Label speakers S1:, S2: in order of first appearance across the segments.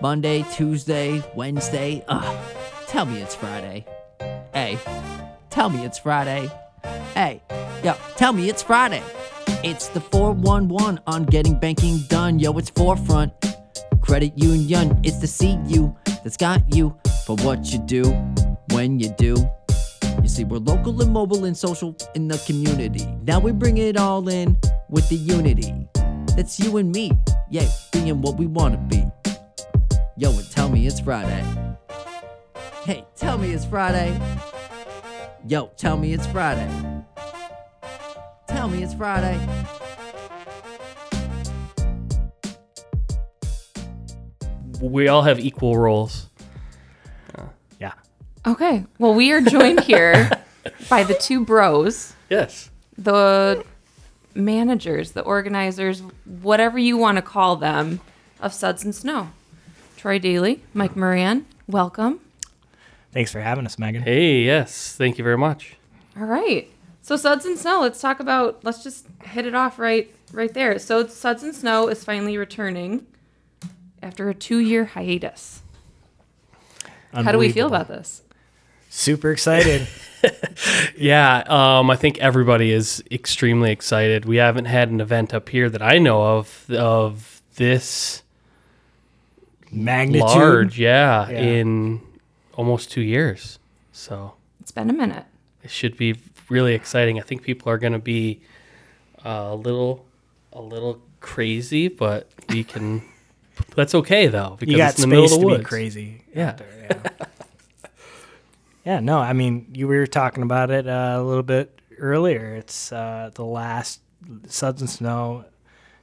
S1: Monday, Tuesday, Wednesday. Ugh. Tell me it's Friday. Hey, tell me it's Friday. Hey, yo, tell me it's Friday. It's the 411 on getting banking done. Yo, it's forefront. Credit union, it's the CU that's got you for what you do when you do. You see, we're local and mobile and social in the community. Now we bring it all in with the unity. That's you and me, yeah, being what we want to be. Yo, and tell me it's Friday. Hey, tell me it's Friday. Yo, tell me it's Friday. Tell me it's Friday.
S2: We all have equal roles. Yeah.
S3: Okay. Well, we are joined here by the two bros,
S2: Yes.
S3: the managers, the organizers, whatever you want to call them, of Suds and Snow. Troy Daly, Mike Moran, welcome.
S4: Thanks for having us, Megan.
S2: Hey, yes. Thank you very much.
S3: All right. So Suds and Snow, let's talk about let's just hit it off right right there. So Suds and Snow is finally returning after a 2-year hiatus. How do we feel about this?
S4: Super excited.
S2: Yeah, um, I think everybody is extremely excited. We haven't had an event up here that I know of of this
S4: Magnitude.
S2: large, yeah,
S4: Yeah.
S2: in almost two years. So
S3: It's been a minute.
S2: it should be really exciting. I think people are going to be uh, a little, a little crazy, but we can. that's okay though because
S4: You got
S2: it's in the middle
S4: space
S2: of the
S4: to be
S2: woods.
S4: crazy.
S2: Yeah,
S4: Yeah, no, I mean, you were talking about it uh, a little bit earlier. It's uh, the last Suds and Snow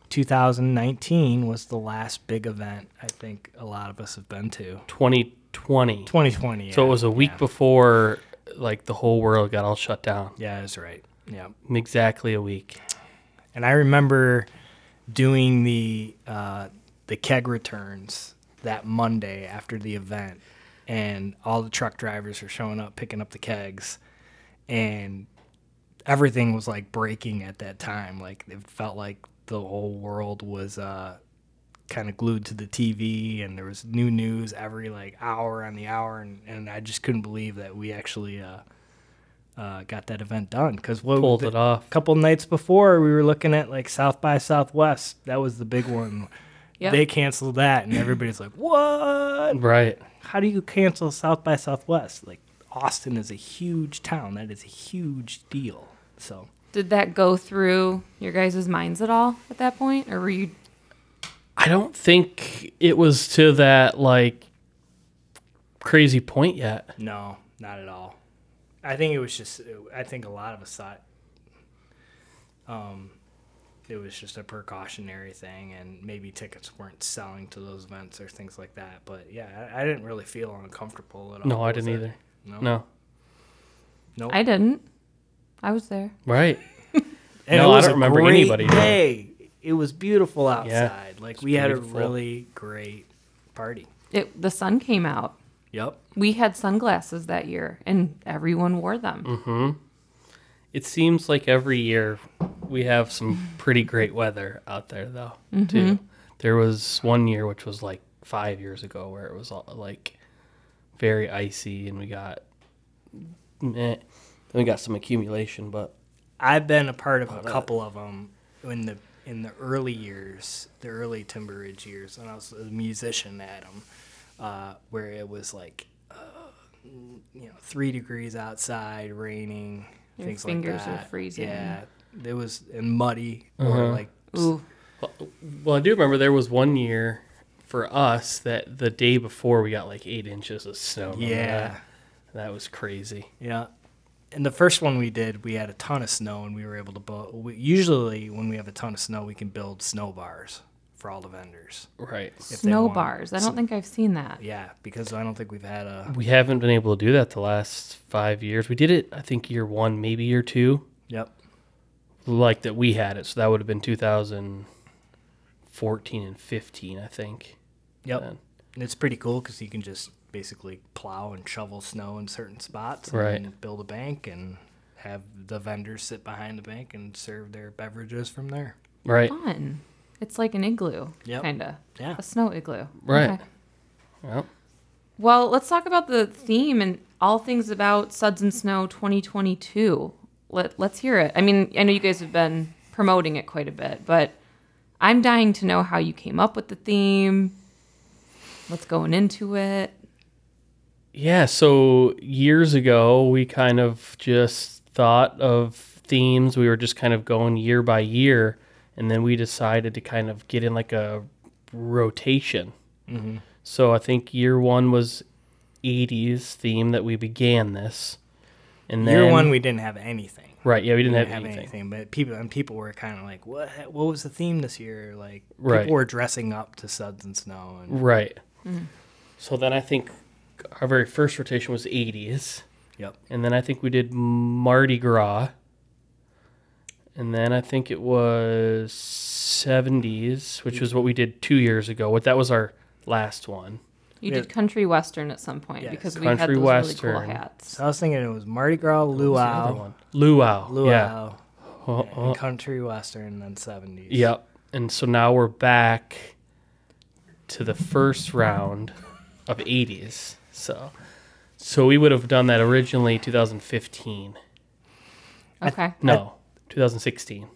S4: 2019 was the last big event I think a lot of us have been to.
S2: twenty twenty.
S4: 2020.
S2: So it
S4: yeah.
S2: was a week before, like the whole world got all shut down.
S4: Yeah, that's right. Yeah.
S2: Exactly a week.
S4: And I remember doing the uh, the keg returns that Monday after the event, and all the truck drivers were showing up picking up the kegs, and everything was like breaking at that time. Like it felt like the whole world was uh, kind of glued to the TV, and there was new news every like hour on the hour, and, and I just couldn't believe that we actually. Uh, uh, got that event done because what
S2: Pulled
S4: the-
S2: it off.
S4: couple nights before we were looking at like South by Southwest. That was the big one.
S3: Yep.
S4: They canceled that, and everybody's like, "What?
S2: Right.
S4: How do you cancel South by Southwest? Like Austin is a huge town. That is a huge deal." So
S3: Did that go through your guys' minds at all at that point? Or were you
S2: I don't think it was to that like crazy point yet.
S4: no, not at all. I think it was just. I think a lot of us thought, um, it was just a precautionary thing, and maybe tickets weren't selling to those events or things like that. But yeah, I, I didn't really feel uncomfortable at all.
S2: No, I
S4: with
S2: didn't
S4: it.
S2: either.
S4: No.
S2: No.
S4: Nope.
S3: I didn't. I was there.
S2: Right.
S4: And
S2: No,
S4: it
S2: I
S4: was
S2: don't
S4: a
S2: remember
S4: great
S2: anybody doing it.
S4: Day. It was beautiful outside. like we had a
S2: beautiful.
S4: really great party.
S3: It the sun came out.
S4: Yep.
S3: We had sunglasses that year and everyone wore them.
S4: Mm-hmm.
S2: It seems like every year we have some pretty great weather out there, though. Too. There was one year which was like five years ago where it was all, like very icy, and we got meh. Then we got some accumulation, but
S4: I've been a part of
S2: Oh,
S4: a couple of them in the in the early years, the early Timber Ridge years, when I was a musician at them, uh, where it was like, uh, you know, three degrees outside, raining,
S3: Your
S4: things
S3: fingers
S4: like
S3: are
S4: that.
S3: freezing.
S4: Yeah, it was and muddy or
S2: Uh-huh.
S4: like
S3: Ooh.
S2: well, I do remember there was one year for us that the day before we got like eight inches of snow. Remember
S4: yeah.
S2: that? that was crazy.
S4: Yeah. And the first one we did, we had a ton of snow, and we were able to build. We, usually, when we have a ton of snow, we can build snow bars for all the vendors.
S2: Right.
S4: they
S3: Snow
S4: want-
S3: bars. I don't think I've seen that.
S4: Yeah, because I don't think we've had a.
S2: We haven't been able to do that the last five years. We did it, I think, year one, maybe year two,
S4: Yep.
S2: like that we had it. So that would have been 2014 and 15, I think.
S4: Yep.
S2: Then.
S4: And it's pretty cool because you can just basically plow and shovel snow in certain spots, and
S2: Right.
S4: then build a bank and have the vendors sit behind the bank and serve their beverages from there.
S2: Right.
S3: Fun. It's like an igloo,
S4: Yep.
S3: kind of.
S4: Yeah.
S3: A snow igloo.
S2: Right.
S3: Okay.
S2: Well,
S3: Well, let's talk about the theme and all things about Suds and Snow 2022. Let, let's hear it. I mean, I know you guys have been promoting it quite a bit, but I'm dying to know how you came up with the theme, what's going into it.
S2: Yeah, so years ago, we kind of just thought of themes. We were just kind of going year by year, and then we decided to kind of get in like a rotation.
S4: Mm-hmm.
S2: So I think year one was 80s theme that we began this. And then,
S4: Year one, we didn't have anything.
S2: right, yeah, we didn't,
S4: didn't
S2: have,
S4: have
S2: anything.
S4: anything, but people and people were kind of like, "What? What was the theme this year?" Like,
S2: Right.
S4: people were dressing up to Suds and Snow, and
S2: Right. So then I think our very first rotation was 80s.
S4: yep,
S2: And then I think we did Mardi Gras. And then I think it was 70s, which was what we did two years ago. What that was our last one.
S3: You
S4: Yeah.
S3: did country western at some point
S4: Yes.
S3: because we had
S2: Country
S3: those really
S2: western.
S3: cool hats.
S4: So I was thinking it was Mardi Gras,
S2: What was the other
S4: luau,
S2: one? Luau.
S4: luau,
S2: Yeah. Oh,
S4: and
S2: oh.
S4: country western, and then seventies.
S2: Yep. And so now we're back to the first round of 80s. So so we would have done that originally 2015.
S3: Okay.
S2: No, 2016.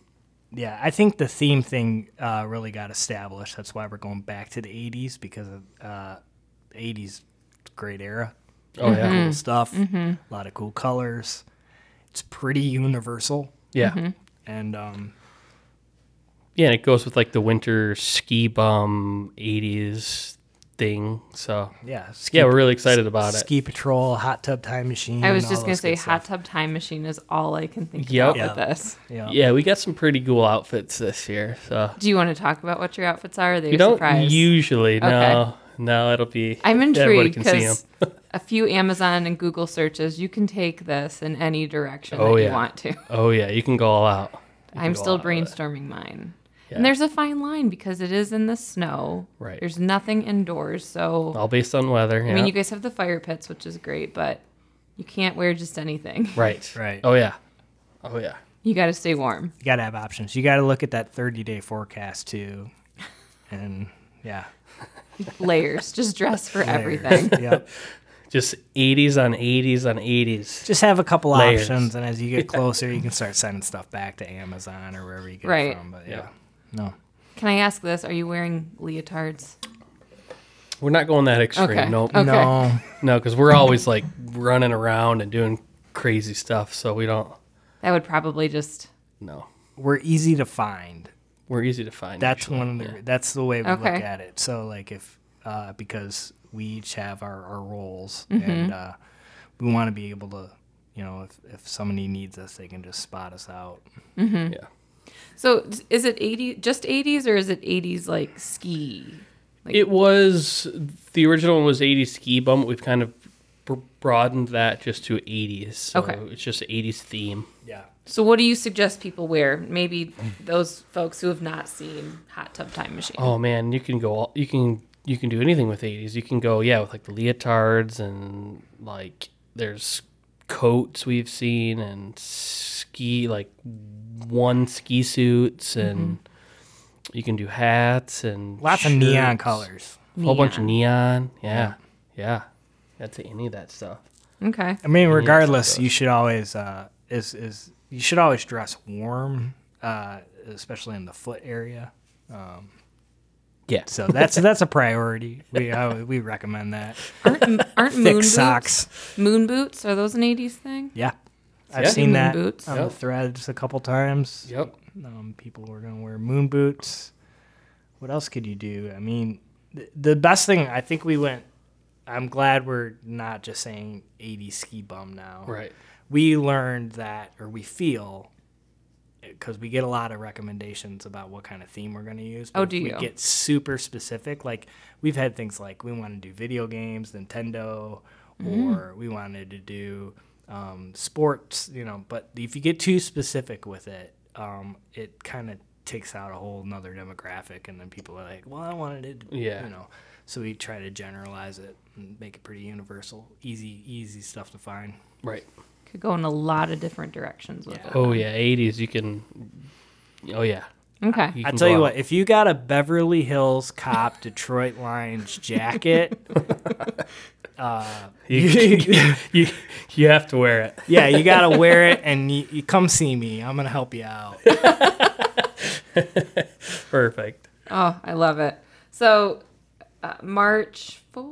S4: Yeah, I think the theme thing uh, really got established. That's why we're going back to the eighties because of uh, eighties great era.
S2: Oh yeah.
S4: Cool stuff, a lot of cool colors. It's pretty universal,
S2: Yeah.
S3: Mm-hmm.
S4: and um,
S2: Yeah, and it goes with like the winter ski bum '80s thing. So
S4: yeah, ski
S2: yeah, we're really excited about it.
S4: Ski Patrol, Hot Tub Time Machine.
S3: I was
S4: all
S3: just going
S4: those
S3: to say
S4: good
S3: hot
S4: stuff.
S3: tub time machine is all I can think
S2: Yep.
S3: about with
S4: Yeah.
S3: this.
S4: Yeah.
S2: Yeah, we got some pretty cool outfits this year. So
S3: Do you want to talk about what your outfits are? Are they
S2: we
S3: a
S2: don't
S3: surprise?
S2: usually.
S3: Okay.
S2: No, no, it'll be.
S3: I'm
S2: Everybody
S3: intrigued
S2: can see 'em.
S3: because a few Amazon and Google searches, you can take this in any direction
S2: Oh,
S3: that you
S2: yeah.
S3: want to.
S2: Oh yeah, you can go all out. You can
S3: I'm
S2: go all
S3: still
S2: out with it.
S3: brainstorming mine.
S2: Yeah.
S3: And there's a fine line because it is in the snow.
S2: Right.
S3: There's nothing indoors. So,
S2: All based on weather.
S3: I mean,
S2: yeah.
S3: you guys have the fire pits, which is great, but you can't wear just anything.
S2: right.
S4: Right.
S2: Oh yeah. Oh yeah.
S3: You got to stay warm.
S4: You gotta have options. You gotta look at that thirty day forecast too, and yeah,
S3: Layers. Just dress for
S4: Layers.
S3: everything.
S4: yep.
S2: Just '80s on '80s on '80s.
S4: Just have a couple
S2: Layers.
S4: options, and as you get closer, you can start sending stuff back to Amazon or wherever you get
S3: Right.
S4: it from. But yeah,
S2: Yeah.
S4: no,
S3: Can I ask this? Are you wearing leotards?
S2: We're not going that extreme.
S3: Okay.
S2: Nope.
S3: Okay.
S4: no,
S2: No, because we're always like running around and doing crazy stuff. So we don't.
S3: That would probably just.
S2: No.
S4: we're easy to find.
S2: We're easy to find.
S4: That's
S2: actually.
S4: one of the. That's the way we
S3: Okay.
S4: look at it. So like if uh, because we each have our, our roles,
S3: Mm-hmm.
S4: and uh, we want to be able to, you know, if if somebody needs us, they can just spot us out.
S2: Yeah.
S3: So, is it 80 just 80s or is it 80s like ski? Like,
S2: It was the original one was 80s ski bum. We've kind of br- broadened that just to 80s. So
S3: Okay.
S2: It's just 80s theme.
S4: Yeah.
S3: So, what do you suggest people wear? Maybe those folks who have not seen Hot Tub Time Machine.
S2: Oh man, you can go. All, you can you can do anything with 80s. You can go yeah with like the leotards and like there's coats we've seen and ski like one ski suits and you can do hats and
S4: Mm-hmm. Lots of neon
S2: shirts.
S4: colors.
S2: A whole bunch of neon. Yeah. Yeah. That's any of that stuff.
S3: Okay.
S4: I mean, regardless, you should always uh, is is you should always dress warm, uh, especially in the foot area.
S2: Yeah.
S4: So that's that's a priority. We uh, we recommend that.
S3: Aren't, aren't moon
S4: Thick
S3: boots,
S4: socks.
S3: Moon boots are those an '80s thing?
S4: Yeah, I've
S2: Yeah.
S4: seen
S3: Moon
S4: that
S3: boots.
S4: on
S2: Yep.
S4: the threads a couple times.
S2: Yep.
S4: Um, people were gonna wear moon boots. What else could you do? I mean, th- the best thing I think we went. I'm glad we're not just saying 80 ski bum now.
S2: Right.
S4: we learned that, or we feel, because we get a lot of recommendations about what kind of theme we're going to use. but
S3: Oh,
S4: if
S3: do
S4: we
S3: you?
S4: get super specific? Like we've had things like we want to do video games, Nintendo,
S3: Mm-hmm.
S4: or we wanted to do um, sports. You know, but if you get too specific with it, um, it kind of takes out a whole nother demographic, and then people are like, "Well, I wanted it." to-"
S2: Yeah.
S4: You know. So we try to generalize it and make it pretty universal, easy, easy stuff to find.
S2: Right.
S3: Could go in a lot of different directions with it.
S2: Oh yeah, 80s you can Oh yeah.
S3: Okay.
S2: You
S4: I
S2: can
S4: tell
S2: go
S4: you
S2: out.
S4: what, if you got a Beverly Hills cop Detroit Lions jacket, uh,
S2: you, you, you, you have to wear it.
S4: yeah, you got to wear it and you, you come see me. I'm going to help you out.
S2: Perfect.
S3: Oh, I love it. So uh, March four-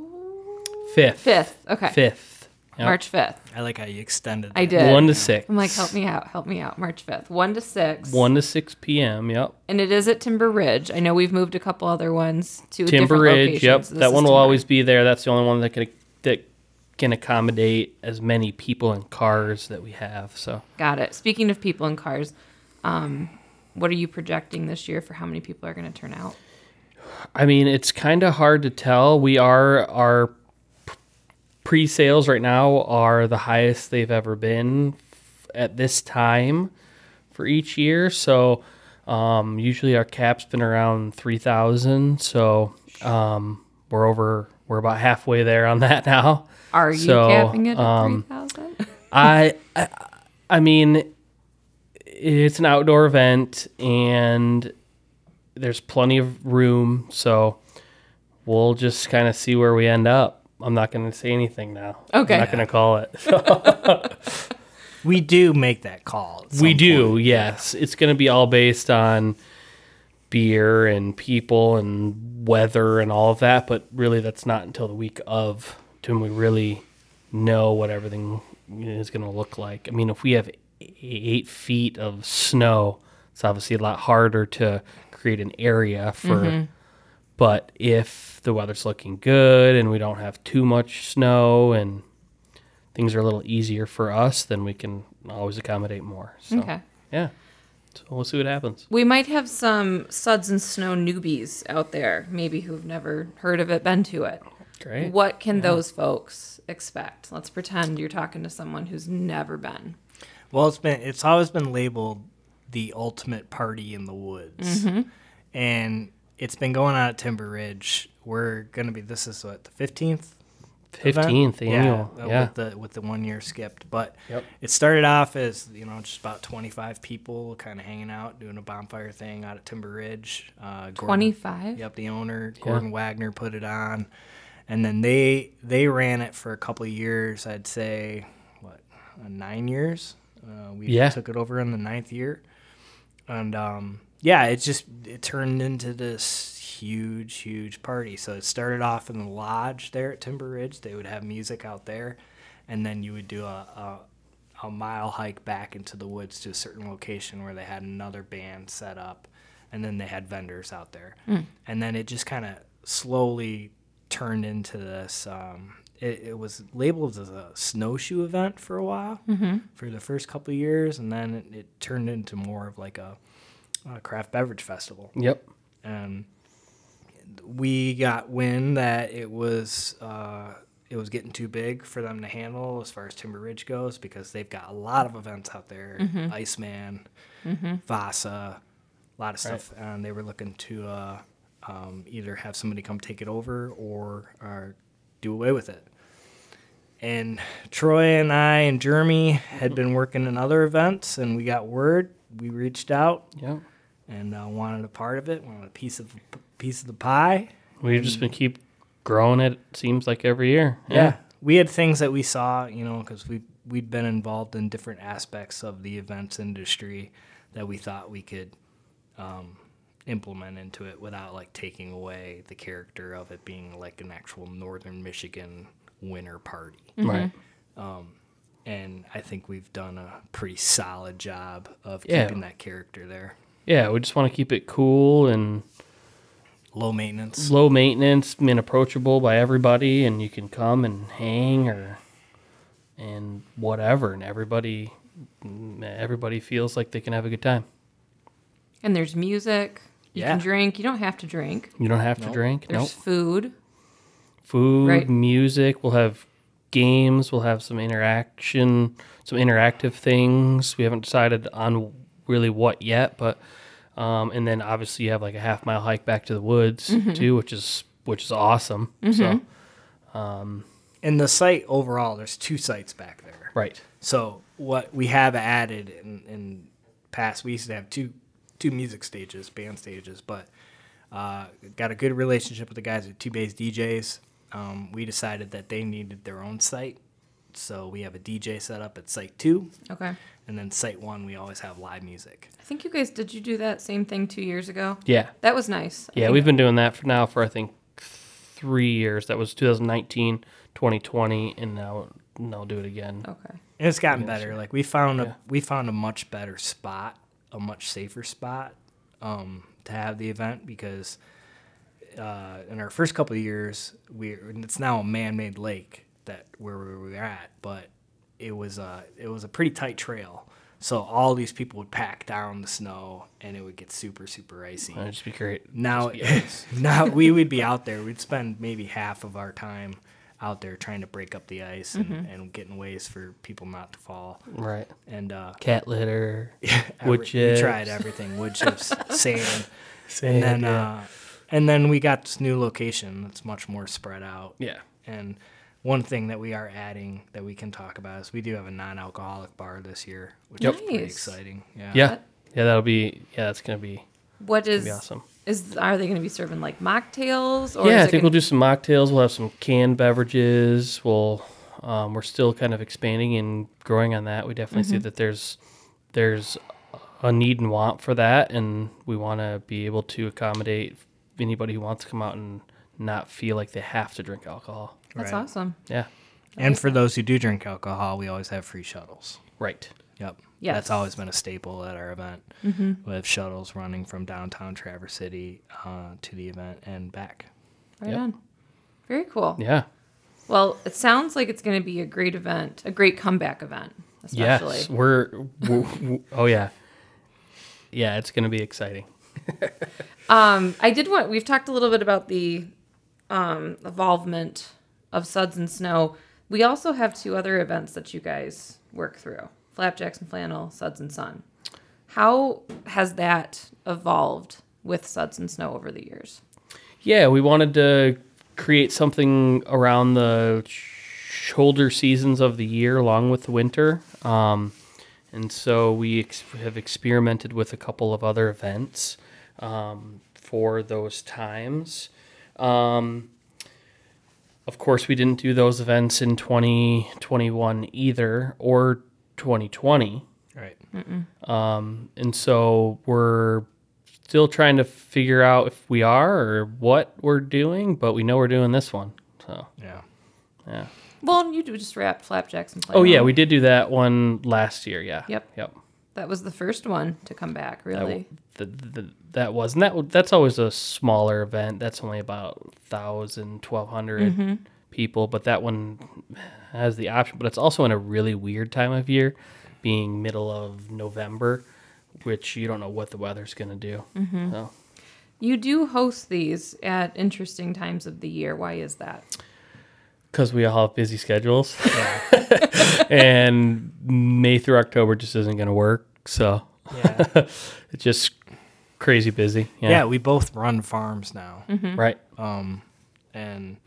S2: Fifth.
S3: 5th. Okay.
S2: Fifth. Yep.
S3: March 5th.
S4: I like how you extended
S3: I
S4: that.
S3: did.
S2: One to six.
S3: I'm like, help me out. Help me out. March 5th. 1 to 6.
S2: One to six p.m. Yep.
S3: And it is at Timber Ridge. I know we've moved a couple other ones to
S2: Timber
S3: different
S2: Ridge. Yep,
S3: locations. This
S2: that
S3: is
S2: one will
S3: Timber
S2: always be there. That's the only one that can that can accommodate as many people and cars that we have. So
S3: Got it. Speaking of people and cars, um, what are you projecting this year for how many people are going to turn out?
S2: I mean, it's kind of hard to tell. We are our p- pre-sales right now are the highest they've ever been f- at this time for each year. So um, usually our cap's been around three thousand. So um, we're over. We're about halfway there on that now.
S3: Are you
S2: So,
S3: capping it at
S2: um,
S3: 3,000?
S2: I, I I mean, it's an outdoor event and there's plenty of room, so we'll just kind of see where we end up. I'm not going to say anything now.
S3: Okay.
S2: I'm not going to call it.
S4: We do make that call. at some
S2: we do,
S4: point.
S2: yes. It's going to be all based on beer and people and weather and all of that, but really that's not until the week of to when we really know what everything is going to look like. I mean, if we have e-, eight feet of snow, it's obviously a lot harder to create an area for.
S4: Mm-hmm.
S2: But if the weather's looking good and we don't have too much snow and things are a little easier for us, then we can always accommodate more. So,
S3: Okay.
S2: Yeah. So we'll see what happens.
S3: We might have some suds and snow newbies out there, maybe who've never heard of it, been to it.
S2: Great.
S3: What can those folks expect? Let's pretend you're talking to someone who's never been.
S4: Well, it's been it's always been labeled the ultimate party in the woods,
S3: Mm-hmm.
S4: and it's been going on at Timber Ridge. We're gonna be this is what the fifteenth.
S2: Fifteenth annual.
S4: uh,
S2: yeah.
S4: With the with the one year skipped, but
S2: Yep.
S4: it started off as you know just about twenty five people kind of hanging out doing a bonfire thing out at Timber Ridge. Uh, Gordon-
S3: 25?
S4: Yep, the owner Gordon Wagner put it on, and then they they ran it for a couple of years. I'd say what uh, nine years. Uh, we
S2: Yeah.
S4: took it over in the ninth year, and um, yeah, it just it turned into this huge huge party. So it started off in the lodge there at Timber Ridge. They would have music out there, and then you would do a. a a mile hike back into the woods to a certain location where they had another band set up and then they had vendors out there and then it just kind of slowly turned into this um, it, it was labeled as a snowshoe event for a while for the first couple of years and then it, it turned into more of like a, a craft beverage festival
S2: Yep.
S4: and Um, we got wind that it was uh, it was getting too big for them to handle as far as Timber Ridge goes because they've got a lot of events out there, Iceman, Vasa, a lot of stuff, and they were looking to uh, um, either have somebody come take it over or, or do away with it. And Troy and I and Jeremy had been working in other events, and we got word. We reached out
S2: Yep.
S4: and uh, wanted a part of it, wanted a piece of piece of the pie.
S2: We've just been keep growing it. Seems like every year.
S4: we had things that we saw, you know, because we we'd been involved in different aspects of the events industry that we thought we could um, implement into it without like taking away the character of it being like an actual Northern Michigan winter party.
S3: Mm-hmm.
S2: Right.
S4: And I think we've done a pretty solid job of
S2: Yeah.
S4: keeping that character there.
S2: Yeah. We just want to keep it cool and
S4: Low maintenance.
S2: low maintenance and approachable by everybody, and you can come and hang or and whatever, and everybody everybody feels like they can have a good time.
S3: And there's music. You can
S4: Yeah.
S3: drink. You don't have to drink.
S2: You don't have to drink.
S3: There's
S2: Nope.
S3: food.
S2: food,
S3: Right.
S2: music. We'll have games. We'll have some interaction, some interactive things. We haven't decided on really what yet, but um, and then obviously you have like a half mile hike back to the woods too, which is which is awesome. So
S4: And the site overall, there's two sites back there.
S2: right,
S4: So what we have added in, in past, we used to have two two music stages, band stages, but uh, got a good relationship with the guys at Two Bays DJs. Um, we decided that they needed their own site, so we have a DJ set up at Site Two,
S3: Okay.
S4: and then Site One we always have live music.
S3: I think you guys did you do that same thing two years ago?
S2: Yeah.
S3: That was nice. I
S2: Yeah,
S3: think-
S2: we've been doing that for now for I think three years. That was 2019, 2020, and now and I'll do it again.
S3: Okay.
S4: And it's gotten better. Like we found a we found a much better spot, a much safer spot um, to have the event because uh, in our first couple of years, we and it's now a man-made lake that where we were at, but it was a it was a pretty tight trail. So all these people would pack down the snow, and it would get super super icy
S2: That'd just be great.
S4: now now we would be out there we'd spend maybe half of our time out there trying to break up the ice and,
S3: Mm-hmm.
S4: and getting ways for people not to fall
S2: Right.
S4: and uh
S2: Cat litter,
S4: every-
S2: wood chips.
S4: we tried everything wood chips sand
S2: Sand,
S4: and then
S2: yeah.
S4: uh and then we got this new location that's much more spread out
S2: yeah.
S4: and one thing that we are adding that we can talk about is we do have a non-alcoholic bar this year which is pretty
S3: Nice.
S4: exciting yeah
S2: Yeah. yeah, that'll be, yeah, that's going to be,
S3: What is
S2: be awesome.
S3: is are they going to be serving like mocktails or
S2: Yeah, I
S3: is it
S2: think we'll do
S3: gonna-
S2: some mocktails. We'll have some canned beverages. We'll um, we're still kind of expanding and growing on that. We definitely
S3: Mm-hmm.
S2: see that there's there's a need and want for that, and we want to be able to accommodate anybody who wants to come out and not feel like they have to drink alcohol.
S3: That's
S4: Right.
S3: awesome.
S2: Yeah,
S4: and for those who do drink alcohol we always have free shuttles
S2: right.
S4: Yep.
S3: Yes.
S4: That's always been a staple at our event. We have shuttles running from downtown Traverse City uh, to the event and back.
S3: Right
S2: Yep.
S3: on. Very cool.
S2: Yeah,
S3: Well, it sounds like it's going to be a great event, a great comeback event, especially.
S2: yes, we're, w w- oh yeah, yeah. It's gonna be exciting.
S3: I did want. We've talked a little bit about the um, involvement of Suds and Snow. We also have two other events that you guys work through: Flapjacks and Flannel, Suds and Sun. How has that evolved with Suds and Snow over the years?
S2: Yeah, we wanted to create something around the sh- shoulder seasons of the year, along with the winter. Um, and so we ex- have experimented with a couple of other events um, for those times. Um, of course, we didn't do those events in 2021 either, or 2020
S4: Right.
S2: and so we're still trying to figure out if we are or what we're doing, but we know we're doing this one. So
S4: Yeah.
S2: yeah.
S3: Well, you do just wrap Flapjacks and Flannel.
S2: Oh yeah, we did do that one last year. Yeah.
S3: Yep.
S2: Yep.
S3: that was the first one to come back.
S2: That,
S3: Really,
S2: the, the, that was and that that's always a smaller event. That's only about 1,000, 1,200 people, but that one has the option. But it's also in a really weird time of year, being middle of November, which you don't know what the weather's going to do. So.
S3: you do host these at interesting times of the year. Why is that?
S2: because we all have busy schedules and may through october just isn't going to work so
S4: Yeah.
S2: it's just crazy busy
S4: yeah. We both run farms now,
S2: right
S4: and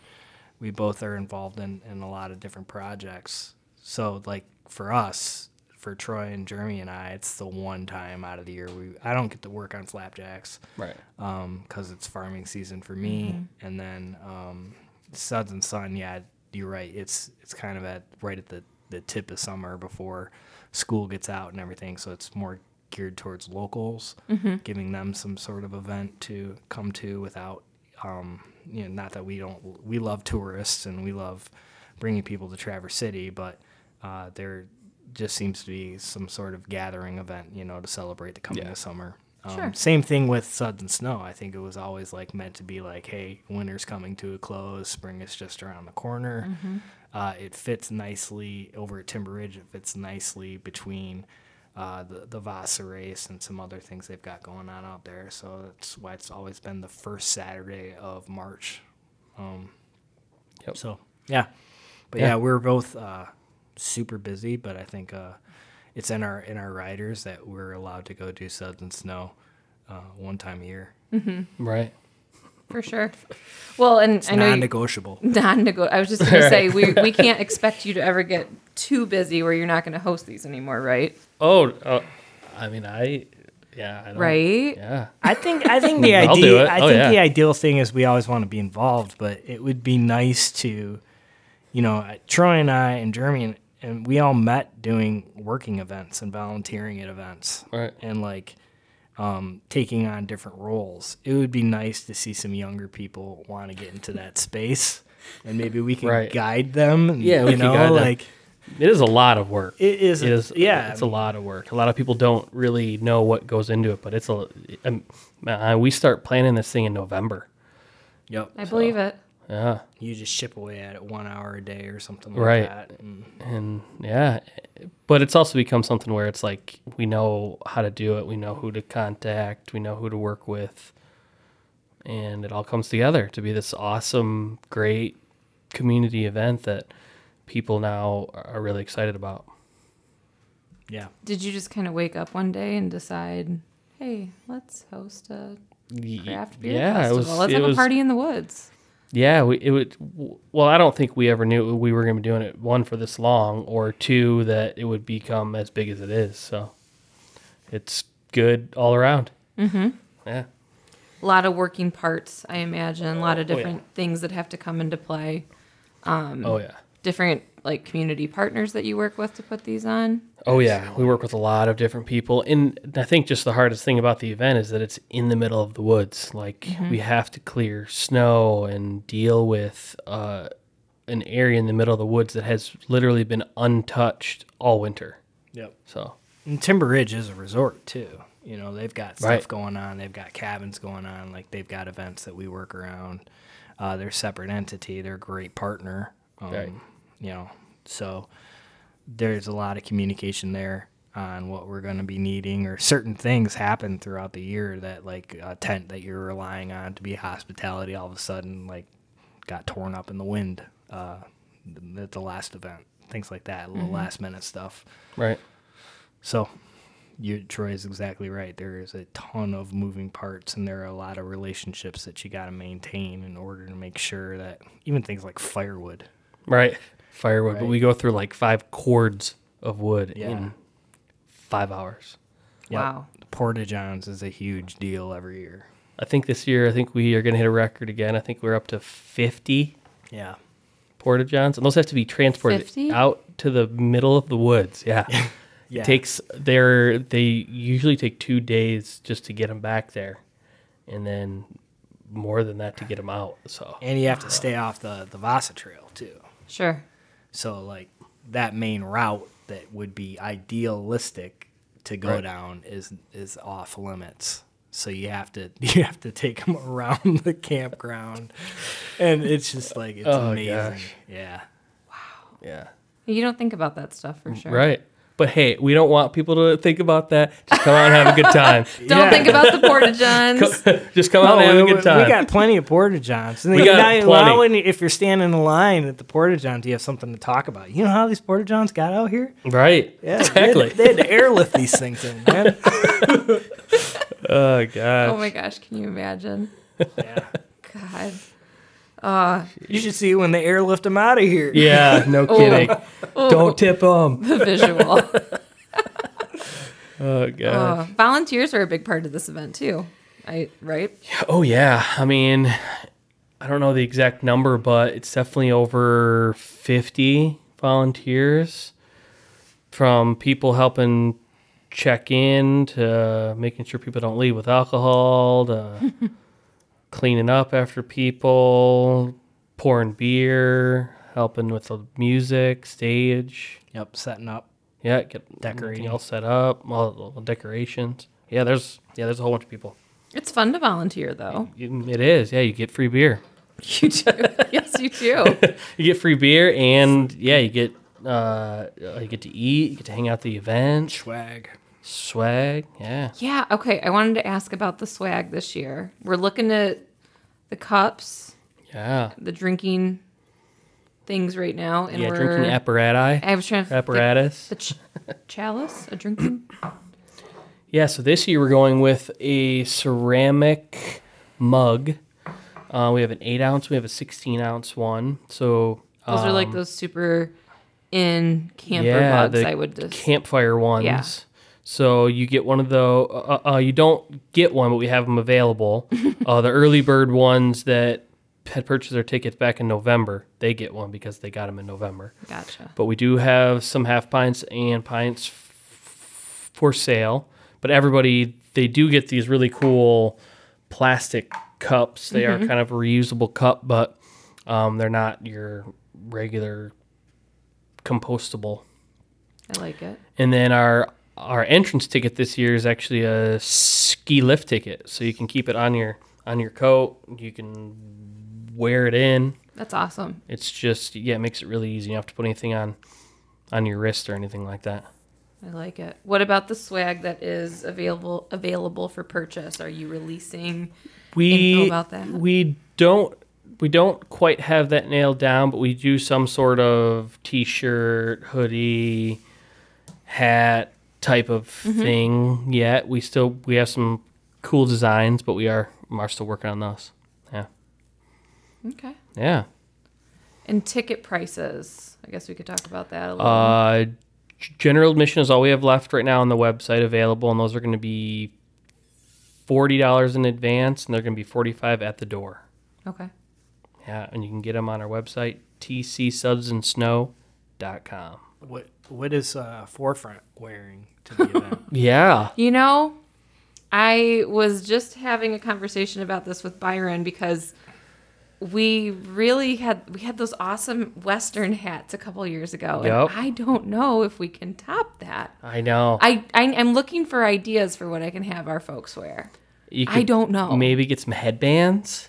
S4: we both are involved in, in a lot of different projects. So, like for us, for Troy and Jeremy and I, it's the one time out of the year we I don't get to work on flapjacks.
S2: right
S4: because um, it's farming season for me. And then um, suds and sun, yeah, you're right. It's it's kind of at right at the, the tip of summer before school gets out and everything. So it's more geared towards locals, giving them some sort of event to come to without, um, you know, not that we don't we love tourists and we love bringing people to Traverse City, but uh, there just seems to be some sort of gathering event, you know, to celebrate the coming
S2: Yeah.
S4: of summer. Um,
S3: Sure.
S4: Same thing with suds and snow. I think it was always like meant to be like, hey, winter's coming to a close, spring is just around the corner.
S2: Mm-hmm.
S4: Uh, it fits nicely over at Timber Ridge. It fits nicely between uh, the the Vasa race and some other things they've got going on out there. So that's why it's always been the first Saturday of March. Um,
S2: Yep.
S4: So yeah, but yeah,
S2: Yeah.
S4: we're both uh, super busy. But I think uh, it's in our in our riders that we're allowed to go do suds and snow uh, one time a year.
S2: right
S3: For sure. Well, and
S4: It's
S3: I know you-
S4: non-negotiable.
S3: non-negotiable. I was just going to say we we can't expect you to ever get too busy where you're not going to host these anymore, right?
S2: oh uh, i Oh, mean i Yeah. I don't,
S3: right?
S2: Yeah.
S4: I think I think the
S2: I'll
S4: idea
S2: do it.
S4: I
S2: Oh,
S4: think
S2: yeah.
S4: the ideal thing is we always want to be involved, but it would be nice to, you know, I- Troy and I and Jeremy and, and we all met doing working events and volunteering at events
S2: Right.
S4: and like um, taking on different roles. It would be nice to see some younger people want to get into that space, and maybe we can
S2: Right.
S4: guide them. and,
S2: Yeah, we
S4: you
S2: can
S4: know,
S2: guide them.
S4: like
S2: It is a lot of work.
S4: It is-
S2: It is.
S4: yeah,
S2: It's
S4: I
S2: a lot of work. A lot of people don't really know what goes into it, but it's a. Um, uh, we start planning this thing in November.
S4: yep.
S3: I believe it.
S2: Yeah.
S4: You just ship away at it one hour a day or something like
S2: Right.
S4: that. And,
S2: and yeah but it's also become something where it's like we know how to do it we know who to contact we know who to work with and it all comes together to be this awesome great community event that people now are really excited about
S4: yeah.
S3: Did you just kind of wake up one day and decide, hey, let's host a
S2: Ye-
S3: craft beer festival? let's
S2: it
S3: have a
S2: was-
S3: party in the woods.
S2: yeah we, it would w- well i don't think we ever knew we were going to be doing it one for this long or two that it would become as big as it is so it's good all around mm-hmm. yeah
S3: A lot of working parts, I imagine. A lot of
S2: Oh, yeah.
S3: different things that have to come into play.
S2: oh
S4: Mm.
S2: yeah
S3: Different like community partners that you work with to put these on.
S2: Oh yeah, we work with a lot of different people, and I think just the hardest thing about the event is that it's in the middle of the woods. Like
S4: Mm-hmm.
S2: we have to clear snow and deal with uh, an area in the middle of the woods that has literally been untouched all winter.
S4: Yep.
S2: So
S4: And Timber Ridge is a resort too. You know, they've got stuff
S2: Right.
S4: going on. They've got cabins going on. Like they've got events that we work around. Uh, they're a separate entity. They're a great partner. Um,
S2: Right.
S4: You know, so there's a lot of communication there on what we're going to be needing or certain things happen throughout the year that like a tent that you're relying on to be hospitality all of a sudden like got torn up in the wind uh, th- at the last event things like that
S2: Mm-hmm.
S4: little last minute stuff
S2: right,
S4: so, you, Troy is exactly right. There is a ton of moving parts, and there are a lot of relationships that you got to maintain in order to make sure that even things like firewood.
S2: right, firewood. But
S4: Right.
S2: we go through like five cords of wood
S4: Yeah.
S2: in five hours.
S4: Yep.
S3: Wow.
S4: Porta Johns is a huge deal every year.
S2: I think this year, I think we are going to hit a record again. I think we're up to fifty
S4: Yeah.
S2: porta johns, and those have to be transported
S3: 50?
S2: out to the middle of the woods. Yeah,
S4: Yeah.
S2: it takes their they usually take two days just to get them back there, and then more than that to get them out. So
S4: And you have to stay off the, the Vasa Trail, too.
S3: Sure.
S4: So, like, that main route that would be idealistic to go
S2: Right.
S4: down is is off limits. So you have to you have to take them around the campground, and it's just like it's
S2: Oh,
S4: amazing.
S2: gosh.
S4: Yeah,
S2: yeah,
S3: You don't think about that stuff for sure.
S2: right. But hey, we don't want people to think about that. Just come out and have a good time.
S3: Don't
S4: Yeah.
S3: think about the porta johns.
S2: Just come out and have a good time.
S4: Oh, We got plenty of porta johns. And
S2: We
S4: then
S2: got
S4: now,
S2: plenty.
S4: now when you- if you're standing in line at the porta johns, you have something to talk about. You know how these porta johns got out here?
S2: right.
S4: Yeah,
S2: exactly.
S4: They had, they had to airlift these things in, man.
S2: Oh god.
S3: oh my gosh, can you imagine?
S4: Yeah.
S3: God.
S4: You should see when they airlift them out of here.
S2: Yeah. No kidding. Oh, Don't tip them.
S3: Oh, The visual.
S2: Oh god.
S3: Uh, volunteers are a big part of this event too. I right?
S2: Oh yeah, I mean, I don't know the exact number, but it's definitely over fifty volunteers, from people helping check in to making sure people don't leave with alcohol to cleaning up after people, pouring beer, helping with the music, stage.
S4: Yep, setting up.
S2: Yeah, get everything
S4: Decorating.
S2: all set up, all the decorations. Yeah, there's yeah, there's a whole bunch of people.
S3: It's fun to volunteer though.
S2: It is. Yeah, you get free beer.
S3: You do. yes, you do.
S2: you get free beer and yeah you get uh you get to eat you get to hang out at the event
S4: Swag.
S2: swag yeah
S3: Yeah, okay. I wanted to ask about the swag this year. We're looking at the cups,
S2: yeah
S3: the drinking things right now, and
S2: yeah
S3: we're
S2: drinking apparatus
S3: I was trying to
S2: apparatus
S3: the ch- chalice, a drinking.
S2: yeah so this year we're going with a ceramic mug uh we have an eight ounce we have a 16 ounce one so
S3: Those are like
S2: um,
S3: those super in camper mugs. I would just
S2: campfire ones. So you get one of the uh, uh, you don't get one, but we have them available. uh, the early bird ones that had purchased their tickets back in November, they get one because they got them in November.
S3: Gotcha.
S2: But we do have some half pints and pints f- for sale. But everybody, they do get these really cool plastic cups. They are kind of a reusable cup, but um, they're not your regular compostable.
S3: I like it.
S2: And then our our entrance ticket this year is actually a ski lift ticket, so you can keep it on your on your coat. You can wear it in.
S3: That's awesome.
S2: It's just yeah, it makes it really easy. You don't have to put anything on on your wrist or anything like that.
S3: I like it. What about the swag that is available available for purchase? Are you releasing?
S2: We
S3: Info about that?
S2: we don't we don't quite have that nailed down, but we do some sort of t-shirt, hoodie, hat type of
S3: Mm-hmm.
S2: thing yet. We still we have some cool designs, but we are are still working on those. Yeah.
S3: Okay.
S2: Yeah.
S3: And ticket prices. I guess we could talk about that a little.
S2: Uh, g- general admission is all we have left right now on the website available, and those are going to be forty dollars in advance, and they're going to be forty-five at the door.
S3: okay.
S2: Yeah, and you can get them on our website tcsubsandsnow.com.
S4: What what is uh, forefront wearing to the event?
S2: Yeah,
S3: You know, I was just having a conversation about this with Byron because we really had we had those awesome western hats a couple years ago
S2: Yep.
S3: and I don't know if we can top that.
S2: I know.
S3: I, I I'm looking for ideas for what I can have our folks wear.
S2: You
S3: I
S2: could
S3: don't know.
S2: Maybe get some headbands.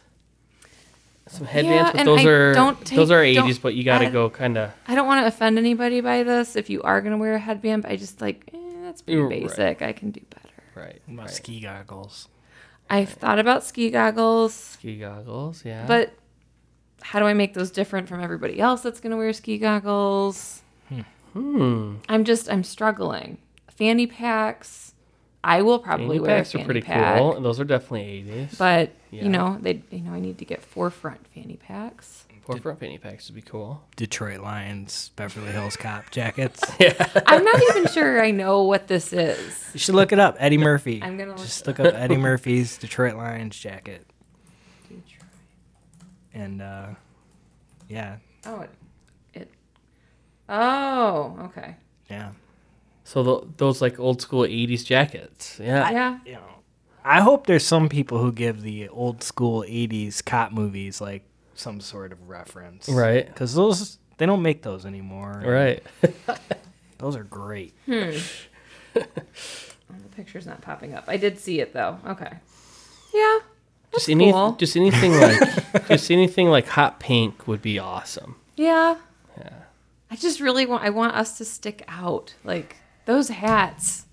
S2: Some headbands, but
S3: and
S2: those
S3: I
S2: are
S3: don't
S2: those
S3: take-
S2: are
S3: don't-
S2: eighties. But you got to
S3: I-
S2: go kind of.
S3: I don't want to offend anybody by this. If you are going to wear a headband, but I just like eh, that's pretty
S2: Right.
S3: basic. I can do better.
S2: Right.
S4: My
S2: right.
S4: ski goggles.
S3: I've thought about ski goggles,
S2: Ski goggles, yeah.
S3: but how do I make those different from everybody else that's going to wear ski goggles? Hmm. I'm just I'm struggling. Fanny packs. I will probably
S2: fanny
S3: wear
S2: packs
S3: a
S2: are
S3: fanny
S2: pretty
S3: pack,
S2: cool. And those are definitely eighties.
S3: but
S2: Yeah.
S3: you know they you know I need to get forefront fanny packs.
S2: Poor front penny packs would be cool.
S4: Detroit Lions, Beverly Hills cop jackets.
S3: I'm not even sure I know what this is.
S4: You should look it up, Eddie Murphy.
S3: I'm gonna look
S4: just look up Eddie Murphy's Detroit Lions jacket, and uh, yeah,
S3: Oh, it, it. Oh, okay.
S4: yeah,
S2: So tho- those like old school '80s jackets, yeah.
S3: yeah.
S4: you know. I hope there's some people who give the old school '80s cop movies like some sort of reference,
S2: Right.
S4: Because those they don't make those anymore.
S2: Right.
S4: Those are great.
S3: The picture's not popping up. I did see it though. Okay. Yeah. That's
S2: Just any,
S3: cool.
S2: just anything like, just anything like hot pink would be awesome.
S3: yeah. I just really want. I want us to stick out. Like those hats.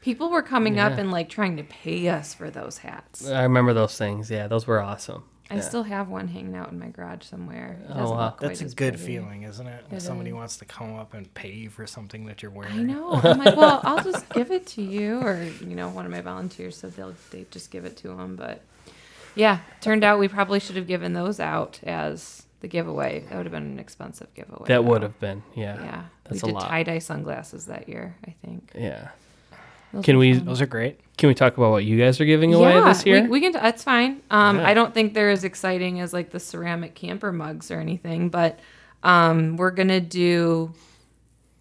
S3: People were coming up
S2: Yeah.
S3: and like trying to pay us for those hats.
S2: I remember those things. Yeah, those were awesome.
S3: I still have one hanging out in my garage somewhere. It
S2: Oh,
S3: doesn't
S2: wow.
S3: look quite
S4: That's a
S3: as
S4: good
S3: pretty.
S4: feeling, isn't it? When
S3: It
S4: somebody
S3: is.
S4: wants to come up and pay you for something that you're wearing.
S3: I know. I'm like, well, I'll just give it to you, or you know, one of my volunteers said they'll they just give it to them. But yeah, turned out we probably should have given those out as the giveaway. That would have been an expensive giveaway.
S2: That
S3: though.
S2: would have been, yeah.
S3: Yeah,
S2: that's a
S3: we did
S2: lot.
S3: tie dye sunglasses that year. I think.
S2: Yeah.
S3: Those
S2: Can
S3: were
S2: we-
S3: fun.
S4: Those are great.
S2: Can we talk about what you guys are giving away
S3: yeah,
S2: this year?
S3: We, we can. T- that's fine. Um,
S2: Yeah.
S3: I don't think they're as exciting as like the ceramic camper mugs or anything, but um, we're gonna do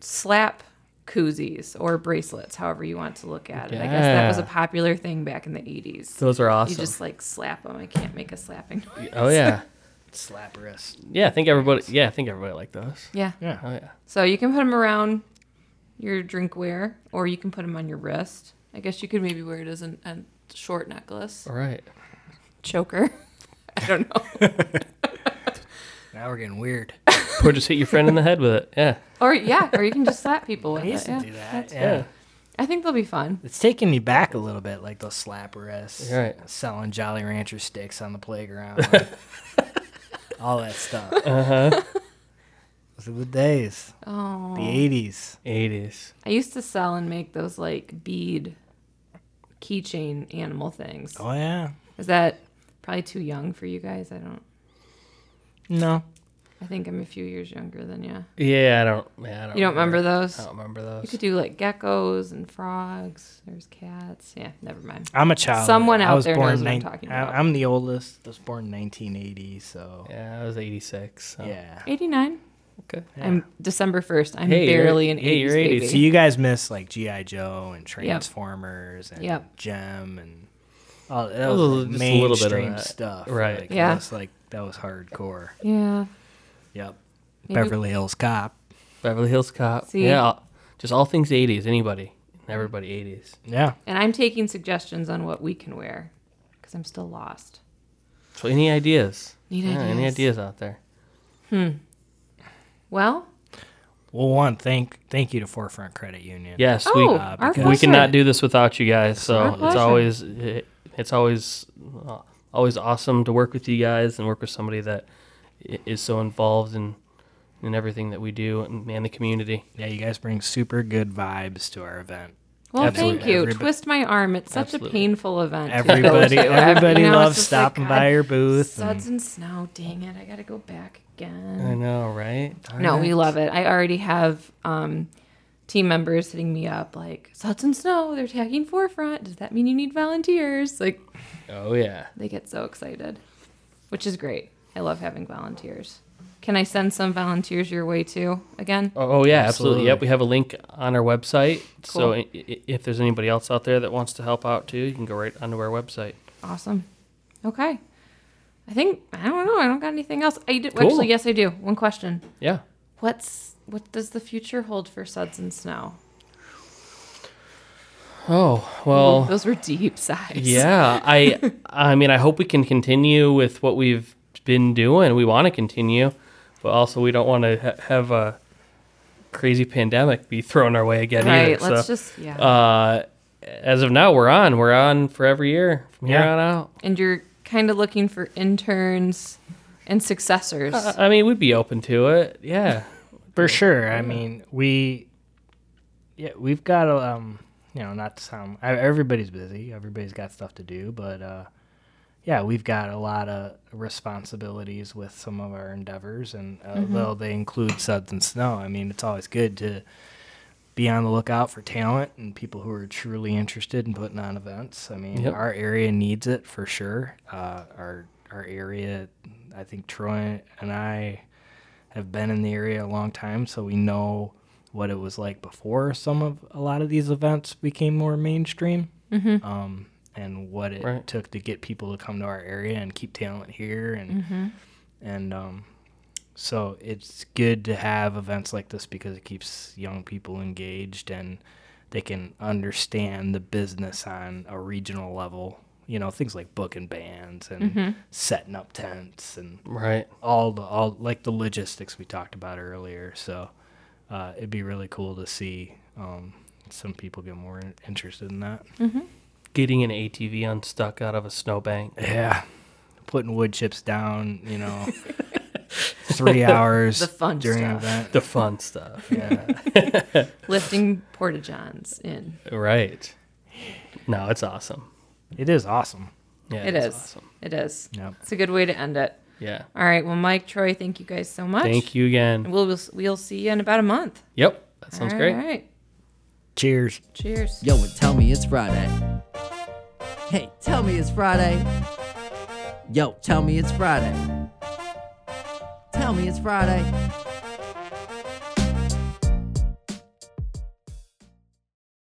S3: slap koozies or bracelets, however you want to look at it. I guess that was a
S2: Yeah.
S3: popular thing back in the '80s.
S2: those are awesome.
S3: You just like slap them. I can't make a slapping noise.
S2: oh yeah,
S4: Slap wrist.
S2: yeah. I think everybody. Yeah, I think everybody liked those.
S3: Yeah.
S4: Yeah.
S2: Oh yeah.
S3: So you can put them around your drinkware, or you can put them on your wrist. I guess you could maybe wear it as an, a short necklace,
S2: All right.
S3: choker. I don't know.
S4: Now we're getting weird.
S2: Or just hit your friend in the head with it. Yeah.
S3: Or yeah, or you can just slap people with
S4: I used
S3: it.
S4: to
S3: Yeah.
S4: do that. Yeah.
S2: Yeah.
S3: I think they'll be fun.
S4: It's taking me back a little bit, like those slap wrists.
S2: You're right.
S4: Selling Jolly Rancher sticks on the playground. all that stuff. Uh-huh. Those are the days.
S3: Oh,
S4: The 80s.
S2: Eighties.
S3: I used to sell and make those like bead keychain animal things.
S4: Oh, yeah.
S3: Is that probably too young for you guys? I don't.
S4: No.
S3: I think I'm a few years younger than you.
S2: Yeah, I don't. Yeah, I don't
S3: You don't remember those?
S2: I don't remember those.
S3: You could do like geckos and frogs. There's cats. Yeah, never mind.
S4: I'm a child.
S3: Someone
S4: I
S3: out
S4: was
S3: there
S4: born
S3: knows what I'm
S4: nine-
S3: talking
S4: I-
S3: about.
S4: I'm the oldest. I was born 1980, so
S2: yeah, I was 86. So.
S4: yeah.
S3: 89.
S2: Okay.
S3: I'm December 1st. I'm
S2: Hey, you're-
S3: barely an
S2: hey,
S3: 80s
S2: you're
S3: baby.
S2: 80s.
S4: So you guys miss like GI Joe and Transformers and
S3: Yep.
S4: Gem and all that
S2: A
S4: was
S2: little-
S4: like,
S2: just a
S4: mainstream
S2: little bit of that.
S4: stuff,
S2: Right.
S4: Like,
S3: Yeah.
S4: that's like that was hardcore.
S3: Yeah.
S4: Yep.
S3: Maybe-
S4: Beverly Hills Cop.
S2: Beverly Hills Cop.
S3: See?
S2: Yeah, all- just all things 80s. Anybody, everybody 80s.
S4: Yeah.
S3: And I'm taking suggestions on what we can wear because I'm still lost.
S2: So any ideas?
S3: Need
S2: yeah, Any ideas
S3: ideas.
S2: out there?
S3: Well,
S4: Well, one thank thank you to Forefront Credit Union.
S2: Yes,
S3: oh,
S2: we uh,
S3: our
S4: because-
S2: we
S3: pleasure.
S2: cannot do this without you guys. So
S3: Our
S2: it's
S3: pleasure.
S2: always it, it's always uh, always awesome to work with you guys and work with somebody that i- is so involved in in everything that we do and, and the community.
S4: Yeah, you guys bring super good vibes to our event.
S3: Well,
S2: Absolutely.
S3: thank you.
S4: Everybo-
S3: Twist my arm. It's such
S2: Absolutely.
S3: a painful event. to go
S4: Everybody
S3: to.
S4: everybody
S3: You know, it's
S4: loves
S3: just like,
S4: stopping
S3: God,
S4: by your booth. and-
S3: Suds and snow. Dang it! I gotta go back again.
S2: I know, right?
S3: No, we love it. I already have um, team members hitting me up like Suds and Snow. They're tagging Forefront. Does that mean you need volunteers? Like
S2: Oh yeah.
S3: they get so excited, which is great. I love having volunteers. Can I send some volunteers your way too? Again,
S2: Oh, oh, yeah, absolutely.
S4: Absolutely.
S2: Yep, we have a link on our website. So
S3: Cool.
S2: i- i- if there's anybody else out there that wants to help out too, you can go right onto our website.
S3: awesome. Okay. I think I don't know. I don't got anything else. I did,
S2: Cool.
S3: actually yes, I do. One question.
S2: Yeah.
S3: What's what does the future hold for Suds and Snow?
S2: Oh well.
S3: those were deep sighs.
S2: Yeah, I I mean I hope we can continue with what we've been doing. We want to continue, but also we don't want to ha- have a crazy pandemic be thrown our way again
S3: Right.
S2: either.
S3: let's
S2: so,
S3: just yeah.
S2: uh, as of now, we're on. We're on for every year from here
S4: Yeah.
S2: on out.
S3: and you're kind of looking for interns and successors.
S2: Uh, I mean, we'd be open to it. Yeah.
S4: For sure. I mean, we yeah, we've got a um, you know, not to sound I- everybody's busy, everybody's got stuff to do, but uh yeah, we've got a lot of responsibilities with some of our endeavors and uh,
S2: Mm-hmm.
S4: though they include suds and snow, I mean, it's always good to be on the lookout for talent and people who are truly interested in putting on events. I mean,
S2: Yep.
S4: our area needs it for sure. Uh, our our area, I think Troy and I have been in the area a long time, so we know what it was like before some of a lot of these events became more mainstream, um, and what it
S2: Right.
S4: took to get people to come to our area and keep talent here, and and um, so it's good to have events like this because it keeps young people engaged and they can understand the business on a regional level. You know, things like booking bands and setting up tents and
S2: Right.
S4: all the all like the logistics we talked about earlier. So uh, it'd be really cool to see um, some people get more in- interested in that.
S3: Mm.
S2: Getting an ATV unstuck out of a snowbank.
S4: Yeah, putting wood chips down. You know, three hours
S3: The fun
S4: during an
S3: stuff.
S4: event.
S2: The fun stuff.
S4: Yeah.
S3: lifting porta johns in.
S2: Right. No, it's awesome.
S4: it is awesome.
S2: Yeah,
S3: It
S2: it's
S3: is.
S2: awesome.
S3: It is.
S4: Yep.
S3: It's a good way to end it.
S2: Yeah.
S3: All right. Well, Mike, Troy, thank you guys so much.
S2: Thank you again.
S3: We'll we'll, we'll see you in about a month.
S2: Yep. That sounds
S3: All
S2: great.
S3: right.
S4: Cheers.
S3: Cheers.
S1: Yo, and tell me it's Friday. Hey, tell me it's Friday. Yo, tell me it's Friday. Tell me it's Friday.